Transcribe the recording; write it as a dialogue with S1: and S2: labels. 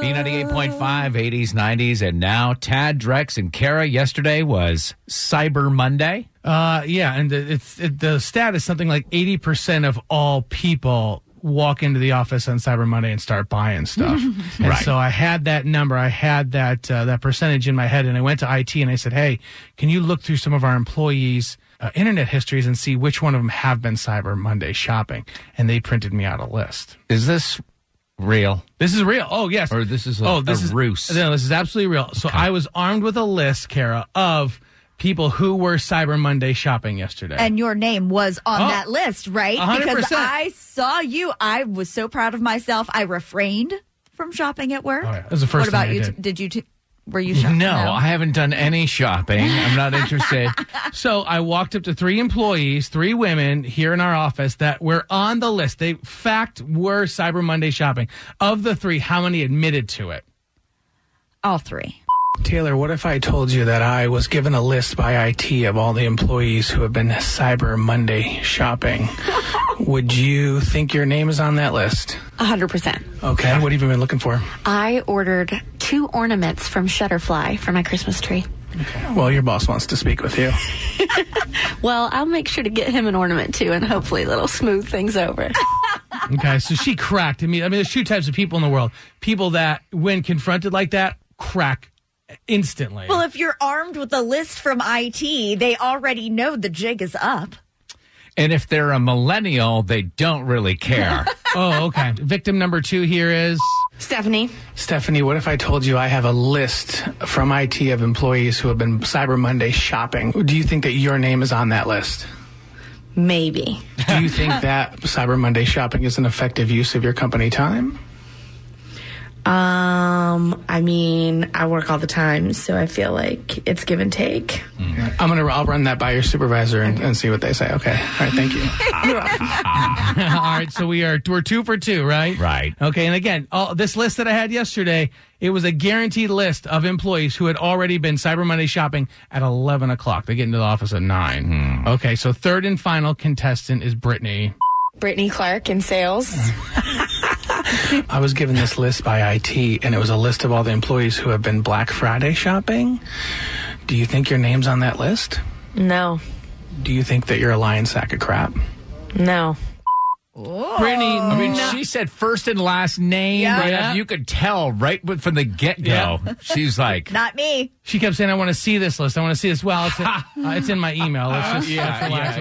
S1: B98.5, 80s, 90s, and now Tad, Drex, and Kara. Yesterday was Cyber Monday.
S2: Uh, yeah, and the- it's it, the stat is something like eighty percent of all people walk into the office on Cyber Monday and start buying stuff. and
S1: Right.
S2: so I had that number, I had that uh, that percentage in my head, and I went to IT and I said, "Hey, can you look through some of our employees?" Uh, internet histories and see which one of them have been Cyber Monday shopping, and they printed me out a list.
S1: Is this real?
S2: This is real. Oh yes.
S1: Or this is a- a ruse.
S2: No, this is absolutely real. So I was armed with a list, Kara, of people who were Cyber Monday shopping yesterday.
S3: And your name was on
S2: Oh.
S3: that list, right?
S2: A hundred
S3: Because
S2: percent.
S3: I saw you. I was so proud of myself. I refrained from shopping at work.
S2: Oh, yeah. That was the first
S3: What about
S2: thing I
S3: you?
S2: did.
S3: T- did you? T- were you shopping?
S1: No, I haven't done any shopping. I'm not interested.
S2: So I walked up to three employees, three women here in our office that were on the list. They fact were Cyber Monday shopping. Of the three, how many admitted to it?
S3: All three.
S2: Taylor, what if I told you that I was given a list by IT of all the employees who have been Cyber Monday shopping? Would you think your name is on that list?
S4: 100%.
S2: Okay, what have you been looking for?
S4: I ordered two ornaments from Shutterfly for my Christmas tree.
S2: Well, your boss wants to speak with you.
S4: Well, I'll make sure to get him an ornament too, and hopefully that'll smooth things over.
S2: Okay, so she cracked. I mean, I mean, there's two types of people in the world: people that, when confronted like that, crack instantly.
S3: Well, if you're armed with a list from IT, they already know the jig is up.
S1: And if they're a millennial, they don't really care.
S2: oh, okay. Victim number two here is
S4: Stephanie,
S2: Stephanie. What if I told you I have a list from IT of employees who have been Cyber Monday shopping? Do you think that your name is on that list?
S4: maybe.
S2: Do you think that Cyber Monday shopping is an effective use of your company time?
S5: Um, I mean, I work all the time, so I feel like it's give and take.
S2: I'm gonna I'll run that by your supervisor and, and see what they say. Okay. All right. Thank you. all right. So we are we're two for two, right?
S1: Right.
S2: Okay. And again, all, this list that I had yesterday, it was a guaranteed list of employees who had already been Cyber Monday shopping at 11 o'clock. They get into the office at nine. Okay. So third and final contestant is Brittany.
S5: Brittany Clark in sales.
S2: I was given this list by IT, and it was a list of all the employees who have been Black Friday shopping. Do you think your name's on that list?
S5: No,
S2: Do you think that you're a lion sack of crap?
S5: no.
S1: Brittany, I mean, she said first and last name.
S3: Yeah.
S1: but
S2: Yeah.
S1: You could tell right from the get go. She's like,
S3: Not me.
S2: She kept saying, "I want to see this list. I want to see this." Well, it's, uh, it's in my email. Let's just
S1: yeah,
S2: let's relax a
S1: yeah.